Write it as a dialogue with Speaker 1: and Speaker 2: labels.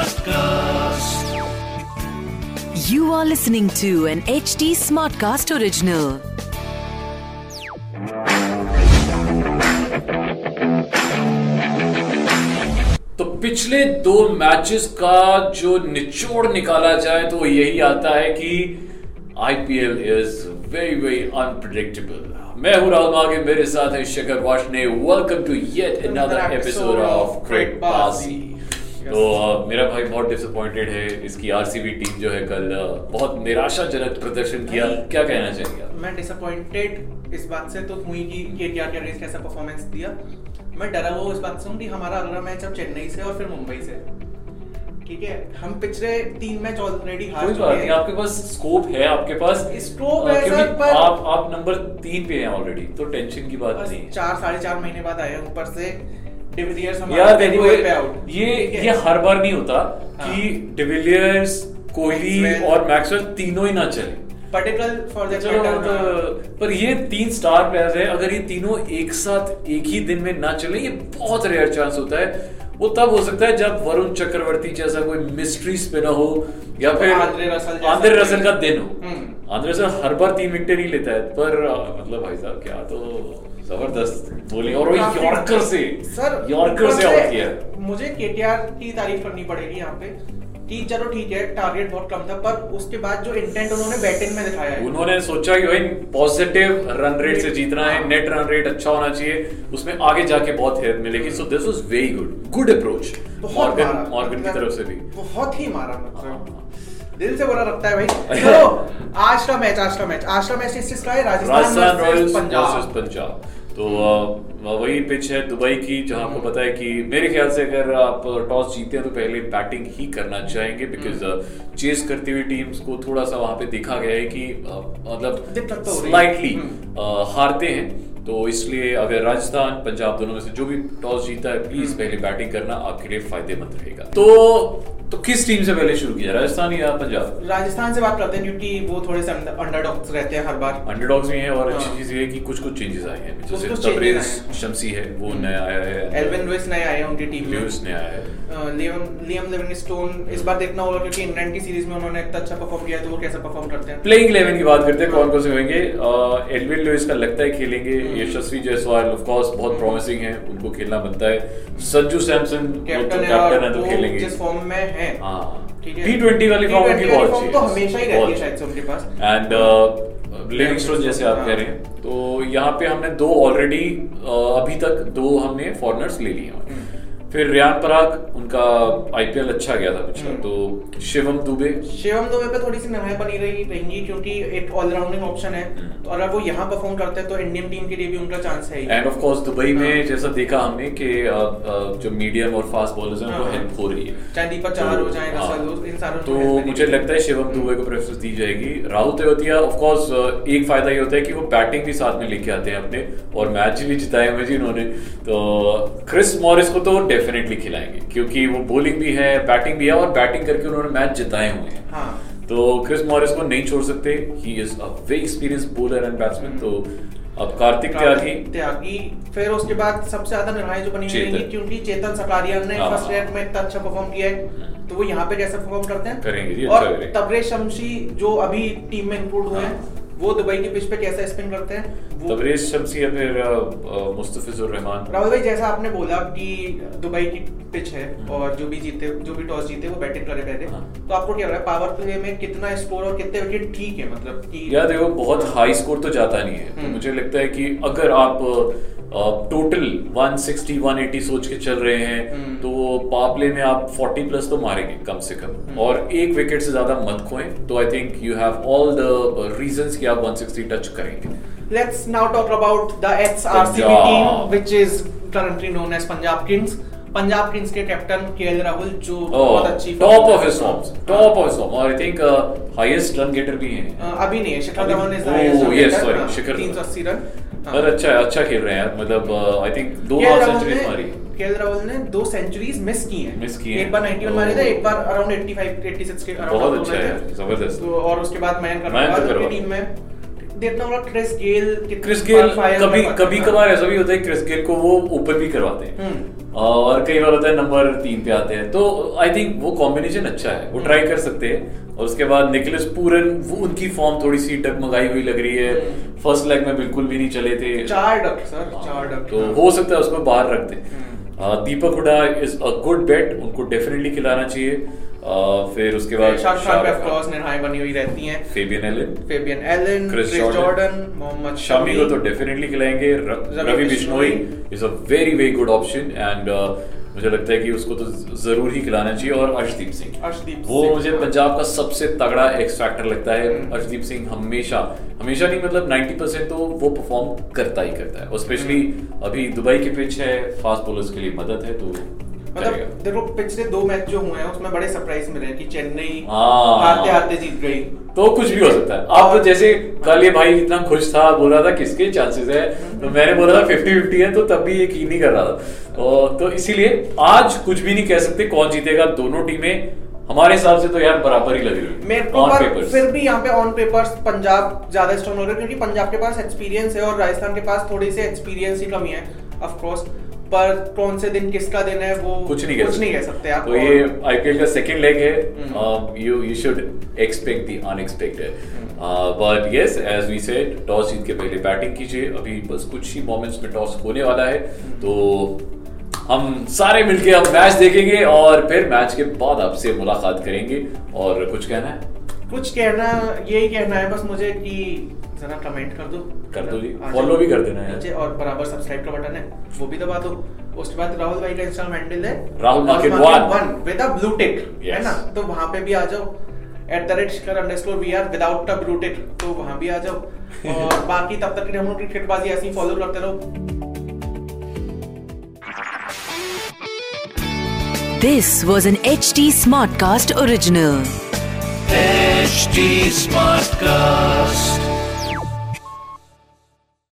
Speaker 1: Smartcast.
Speaker 2: You are listening to an HD Smartcast original.
Speaker 3: तो पिछले दो मैचेस का जो निचोड़ निकाला जाए तो वो यही आता है कि IPL is very very unpredictable मैं हूं राहुल मागे मेरे साथ है Shikhar Washne welcome to yet another episode of क्रिक बाजी तो अ, मेरा भाई बहुत डिसअपॉइंटेड है इसकी आरसीबी टीम जो है कल अ, बहुत निराशाजनक प्रदर्शन किया क्या कहना चाहेंगे आप?
Speaker 4: मैं डिसअपॉइंटेड इस बात से तो हुई कि केटीआर के अगेंस्ट कैसा परफॉर्मेंस दिया मैं डरा हुआ हूं इस बात से हूं कि हमारा अगला मैच अब चेन्नई से और फिर मुंबई से ठीक है हम पिछले तीन मैच ऑलरेडी हार
Speaker 3: कोई बात
Speaker 4: चुके
Speaker 3: नहीं
Speaker 4: हैं
Speaker 3: आपके पास स्कोप है आपके पास
Speaker 4: Scope
Speaker 3: अ,
Speaker 4: है,
Speaker 3: क्योंकि
Speaker 4: सर, पर-
Speaker 3: आप आप नंबर तीन पे हैं ऑलरेडी तो टेंशन की बात
Speaker 4: बस
Speaker 3: नहीं है
Speaker 4: चार साढ़े चार महीने बाद आए हैं ऊपर से डिविलियर्स हमारा
Speaker 3: यार
Speaker 4: very
Speaker 3: देखो
Speaker 4: well
Speaker 3: ये-
Speaker 4: payout.
Speaker 3: ये
Speaker 4: ठीक है?
Speaker 3: ये हर बार नहीं होता कि
Speaker 4: हाँ।
Speaker 3: De Villiers Kohli
Speaker 4: Maxwell।
Speaker 3: और मैक्सवेल तीनों ही ना चले
Speaker 4: particle for the
Speaker 3: चलो
Speaker 4: matter, हाँ।
Speaker 3: तो- पर ये तीन स्टार प्लेयर्स हैं अगर ये तीनों एक साथ एक ही दिन में ना चले ये बहुत रेयर चांस होता है वो तब हो सकता है जब वरुण चक्रवर्ती जैसा कोई मिस्ट्री स्पिनर हो या फिर
Speaker 4: आंद्रे रसल जैसा
Speaker 3: आंद्रे
Speaker 4: कोई-
Speaker 3: रसल का दिन हो
Speaker 4: हम्म।
Speaker 3: आंद्रे रसल हर बार तीन विकेट नहीं लेता है पर आ, मतलब भाई साहब क्या तो जबरदस्त बोलिंग और वो
Speaker 4: काफी-
Speaker 3: यॉर्कर से
Speaker 4: सर
Speaker 3: यॉर्कर से
Speaker 4: मुझे-
Speaker 3: आउट किया है।
Speaker 4: मुझे केटीआर की तारीफ करनी पड़ेगी यहाँ पे कि चलो ठीक है टारगेट बहुत कम था पर उसके बाद जो इंटेंट उन्होंने बैटिंग में दिखाया है
Speaker 3: उन्होंने सोचा कि भाई पॉजिटिव रन रेट से जीतना है नेट रन रेट अच्छा होना चाहिए उसमें आगे जाके बहुत हेल्प मिलेगी so this was very good good approach
Speaker 4: तो बहुत
Speaker 3: मॉर्गन
Speaker 4: मारा
Speaker 3: मॉर्गन की
Speaker 4: मतलब
Speaker 3: तरफ से भी
Speaker 4: बहुत ही मारा मतलब
Speaker 3: हाँ।
Speaker 4: दिल से बुरा लगता है भाई चलो आज का मैच आज का मैच आज का मैच इस चीज का है
Speaker 3: Rajasthan
Speaker 4: Rajasthan
Speaker 3: Royals
Speaker 4: versus
Speaker 3: versus
Speaker 4: Punjab
Speaker 3: Punjab तो अ, वही पिच है दुबई की जहां आपको पता है कि मेरे ख्याल से अगर आप टॉस जीते हैं तो पहले बैटिंग ही करना चाहेंगे बिकॉज
Speaker 4: हम्म।
Speaker 3: चेस करती हुई टीम्स को थोड़ा सा वहां पे देखा गया है कि अ, मतलब
Speaker 4: दिक्कत तो हो रही है।
Speaker 3: स्लाइटली हारते हैं तो इसलिए अगर राजस्थान पंजाब दोनों में से जो भी टॉस जीता है
Speaker 4: हम्म।
Speaker 3: प्लीज पहले बैटिंग करना आपके लिए फायदेमंद रहेगा तो तो किस टीम से पहले शुरू किया राजस्थान या पंजाब
Speaker 4: राजस्थान से बात करते हैं क्योंकि वो थोड़े से अंडरडॉग्स रहते हैं हर बार
Speaker 3: अंडरडॉग्स भी हैं और अच्छी
Speaker 4: हाँ।
Speaker 3: चीज ये है कि कुछ कुछ चेंजेस आए हैं
Speaker 4: कुछ-कुछ
Speaker 3: जैसे
Speaker 4: changes
Speaker 3: तबरेज
Speaker 4: आए हैं।
Speaker 3: शमसी है वो नया आया है
Speaker 4: एल्विन लुइस नए आए हैं उनकी टीम में
Speaker 3: न्यूज नया आया है
Speaker 4: अ, लियम लियम लिविंगस्टोन इस बार देखना होगा क्योंकि इंग्लैंड की सीरीज में उन्होंने इतना अच्छा परफॉर्म किया है, तो वो कैसा परफॉर्म करते हैं
Speaker 3: प्लेइंग 11 की बात करते हैं कौन कौन से होंगे एडविन लुइस का लगता है खेलेंगे
Speaker 4: हम्म।
Speaker 3: यशस्वी जायसवाल ऑफ कोर्स बहुत प्रॉमिसिंग है उनको खेलना बनता है सज्जू सैमसन वो तो
Speaker 4: कैप्टन है
Speaker 3: कैप्टन
Speaker 4: और
Speaker 3: है तो
Speaker 4: वो
Speaker 3: खेलेंगे
Speaker 4: जिस फॉर्म में है
Speaker 3: हाँ
Speaker 4: ठीक है
Speaker 3: टी ट्वेंटी वाली फॉर्म उनकी
Speaker 4: T20 वाली
Speaker 3: बहुत
Speaker 4: form
Speaker 3: अच्छी
Speaker 4: तो हमेशा ही रहती है शायद से उनके पास
Speaker 3: एंड लिविंगस्टोन uh, जैसे आप
Speaker 4: हाँ।
Speaker 3: कह रहे हैं तो यहाँ पे हमने दो ऑलरेडी अभी तक दो हमने फॉरनर्स ले लिए हैं फिर रियान पराग उनका आईपीएल अच्छा गया था पिछला
Speaker 4: हम्म।
Speaker 3: तो शिवम दुबे
Speaker 4: शिवम दुबे पे थोड़ी सी नमय बनी रही रहेंगी क्योंकि एक ऑलराउंडिंग ऑप्शन है
Speaker 3: हम्म।
Speaker 4: तो अगर वो यहाँ परफॉर्म करते हैं तो इंडियन टीम के लिए भी उनका चांस है ही
Speaker 3: एंड ऑफ कोर्स दुबई में
Speaker 4: हाँ।
Speaker 3: जैसा देखा हमने कि अ, अ, जो मीडियम और फास्ट बॉलर्स हैं उनको
Speaker 4: हाँ।
Speaker 3: हेल्प हो रही है
Speaker 4: चाहे दीपक चाहर हो जाए,
Speaker 3: हाँ।
Speaker 4: रसल हो, इन सारों को
Speaker 3: तो
Speaker 4: help मिलेगी।
Speaker 3: मुझे लगता है
Speaker 4: हम्म।
Speaker 3: शिवम दुबे को प्रेफरेंस दी जाएगी राहुल तेवतिया ऑफ कोर्स एक फायदा ये होता है कि वो बैटिंग भी साथ में लेके आते हैं अपने और मैच भी जिताए हुए जी उन्होंने तो क्रिस मॉरिस को तो डेफिनेटली खिलाएंगे क्योंकि वो बॉलिंग भी है बैटिंग भी है और बैटिंग करके उन्होंने मैच जिताए हुए हैं
Speaker 4: हाँ
Speaker 3: तो क्रिस मॉरिस को नहीं छोड़ सकते he is a very experience bowler and batsman तो अब कार्तिक त्यागी
Speaker 4: त्यागी फिर उसके बाद सबसे ज्यादा निर्णायक जो बनी हुई
Speaker 3: चेतन।
Speaker 4: रहेंगी क्योंकि चेतन सकारिया ने
Speaker 3: हाँ।
Speaker 4: फर्स्ट रेड में इतना अच्छा परफॉर्म किया है तो वो यहाँ पे कैसे परफॉर्म करते हैं
Speaker 3: करेंगे जी,
Speaker 4: और
Speaker 3: अच्छा करेंगे।
Speaker 4: तबरे शमशी जो अभी टीम में इंक्लूड हुए हैं
Speaker 3: हाँ।
Speaker 4: वो दुबई की पिच पे कैसा स्पिन करते हैं वो-
Speaker 3: तबरेज शमसी या फिर अ, अ, मुस्तफिजुर रहमान
Speaker 4: राहुल भाई जैसा आपने बोला कि दुबई की पिच है और जो भी जीते जो भी टॉस जीते वो बैटिंग करे पहले
Speaker 3: हाँ।
Speaker 4: तो आपको क्या लग रहा है पावर प्ले में कितना स्कोर और कितने विकेट ठीक है मतलब कि
Speaker 3: यार देखो बहुत हाई स्कोर तो जाता नहीं है तो
Speaker 4: हम्म।
Speaker 3: मुझे लगता है कि अगर आप टोटल 160 180 सोच के चल रहे हैं
Speaker 4: हम्म।
Speaker 3: तो पावर प्ले में आप 40 प्लस तो मारेंगे कम से
Speaker 4: हम्म।
Speaker 3: कम और एक विकेट से ज्यादा मत खोएं तो I think you have all the reasons कि आप 160 टच करेंगे
Speaker 4: let's now talk about the HRCB
Speaker 3: Punjab.
Speaker 4: Team which is currently known as Punjab Kings Punjab Kings के कैप्टन केएल राहुल जो
Speaker 3: Oh,
Speaker 4: तो बहुत अच्छी हाँ।
Speaker 3: Top of his form top of his form और I think highest run getter भी हैं
Speaker 4: अ, अभी नहीं है शिखर
Speaker 3: अभी-
Speaker 4: Dhawan is
Speaker 3: oh, yes, sorry, शिखर धवन।
Speaker 4: हाँ। तीन सौ अस्सी रन हाँ।
Speaker 3: पर अच्छा अच्छा खेल रहे हैं यार। मतलब आई थिंक दो
Speaker 4: KL
Speaker 3: हाफ
Speaker 4: राहुल
Speaker 3: सेंचुरीज
Speaker 4: ने-
Speaker 3: मारी
Speaker 4: KL राहुल ने दो सेंचुरीज मिस की हैं
Speaker 3: Miss की हैं।
Speaker 4: एक बार 91 मारे थे
Speaker 3: ओह।
Speaker 4: एक बार अराउंड 85 86 के अराउंड
Speaker 3: बहुत
Speaker 4: दोनों
Speaker 3: अच्छा
Speaker 4: थे।
Speaker 3: है, जबरदस्त।
Speaker 4: तो और उसके बाद मयंक
Speaker 3: मयंक
Speaker 4: अग्रवाल उनकी
Speaker 3: अग्रवाल।
Speaker 4: टीम में देखना होगा क्रिस गेल कितने
Speaker 3: क्रिस गेल
Speaker 4: qualifier कर
Speaker 3: कभी
Speaker 4: पाता है।
Speaker 3: कभी कभार ऐसा भी होता है क्रिस गेल को वो ऊपर भी करवाते हैं
Speaker 4: हम्म।
Speaker 3: और कई बार होता है नंबर तीन पे आते हैं तो आई थिंक वो कॉम्बिनेशन अच्छा है वो ट्राई कर सकते हैं और उसके बाद निकलस पूरन वो उनकी फॉर्म थोड़ी सी डगमगाई हुई लग रही है
Speaker 4: हम्म।
Speaker 3: फर्स्ट लेग में बिल्कुल भी नहीं चले थे
Speaker 4: चार डक सर चार
Speaker 3: हाँ,
Speaker 4: डक
Speaker 3: तो हो सकता है उसको बाहर रख दे
Speaker 4: हम्म।
Speaker 3: आ, Deepak Hooda is a good bat उनको डेफिनेटली खिलाना चाहिए आ, फिर उसके बाद
Speaker 4: शाहरुख खान
Speaker 3: शाहरुख
Speaker 4: पे
Speaker 3: खान,
Speaker 4: ऑफकोर्स निर्णायक बनी हुई रहती हैं
Speaker 3: Fabian Allen
Speaker 4: Fabian Allen
Speaker 3: Chris
Speaker 4: Chris
Speaker 3: Jordan,
Speaker 4: Jordan Mohammad
Speaker 3: Shami को तो डेफिनेटली खिलाएंगे र-
Speaker 4: Ravi
Speaker 3: Ravi
Speaker 4: Bishnoi.
Speaker 3: Bishnoi is a very very good option and uh, मुझे लगता है कि उसको तो ज- जरूर ही खिलाना चाहिए और अर्शदीप सिंह
Speaker 4: अर्शदीप
Speaker 3: वो
Speaker 4: सिंह,
Speaker 3: मुझे
Speaker 4: हाँ।
Speaker 3: पंजाब का सबसे तगड़ा एक्स फैक्टर लगता है
Speaker 4: हम्म।
Speaker 3: अर्शदीप सिंह हमेशा हमेशा नहीं मतलब 90 परसेंट तो वो परफॉर्म करता ही करता है और स्पेशली
Speaker 4: हम्म।
Speaker 3: अभी दुबई की पिच है फास्ट बॉलर्स के लिए मदद है तो करेगा।
Speaker 4: मतलब देखो पिछले दो मैच जो हुए हैं उसमें बड़े सरप्राइज मिले हैं कि चेन्नई
Speaker 3: हाँ।
Speaker 4: हारते हारते जीत गई
Speaker 3: तो कुछ भी हो सकता है आप
Speaker 4: हाँ।
Speaker 3: तो जैसे कल ये भाई इतना खुश था बोल रहा था किसके चांसेस है तो
Speaker 4: हम्म।
Speaker 3: मैंने बोला था फिफ्टी फिफ्टी है तो तब भी यकीन नहीं कर रहा था तो, तो इसीलिए आज कुछ भी नहीं कह सकते कौन जीतेगा दोनों टीमें हमारे हिसाब से तो यार बराबर ही लग रही
Speaker 4: मेरे
Speaker 3: है
Speaker 4: को
Speaker 3: ऑन
Speaker 4: पर
Speaker 3: पेपर्स
Speaker 4: फिर भी यहाँ पे ऑन पेपर्स पंजाब ज्यादा स्ट्रॉन्ग हो रहा है क्योंकि पंजाब के पास एक्सपीरियंस है और राजस्थान के पास थोड़ी सी एक्सपीरियंस ही कमी है ऑफ कोर्स पर कौन से दिन किसका दिन है वो
Speaker 3: कुछ नहीं कह
Speaker 4: कुछ नहीं कह सकते आप
Speaker 3: तो
Speaker 4: और-
Speaker 3: ये आईपीएल का सेकंड लेग
Speaker 4: हम्म।
Speaker 3: है Uh, you you should expect the unexpected
Speaker 4: हम्म।
Speaker 3: But yes as we said toss जीत के पहले बैटिंग कीजिए अभी बस कुछ ही मोमेंट्स में टॉस होने वाला है
Speaker 4: हम्म।
Speaker 3: तो हम सारे मिलके अब मैच देखेंगे और फिर मैच के बाद आपसे मुलाकात करेंगे और कुछ कहना है
Speaker 4: कुछ कहना यही कहना है बस मुझे कि जरा कमेंट कर दो
Speaker 3: कर दो जी।
Speaker 4: आ जाओ।
Speaker 3: Follow भी कर देना यार।
Speaker 4: नीचे और बराबर सब्सक्राइब का बटन है वो भी दबा दो उसके बाद राहुल भाई का इंस्टाग्राम हैंडल है
Speaker 3: Rahul market one।
Speaker 4: One with a blue tick है
Speaker 3: Yes.
Speaker 4: ना तो वहां पे भी आ जाओ at the rate Shikhar underscore we are without a blue tick तो वहां भी आ जाओ और बाकी तब तक के लिए हम लोग क्रिकेटबाजी ऐसे ही फॉलो करते रहो
Speaker 2: This was an HD Smartcast original.
Speaker 1: HD Smartcast.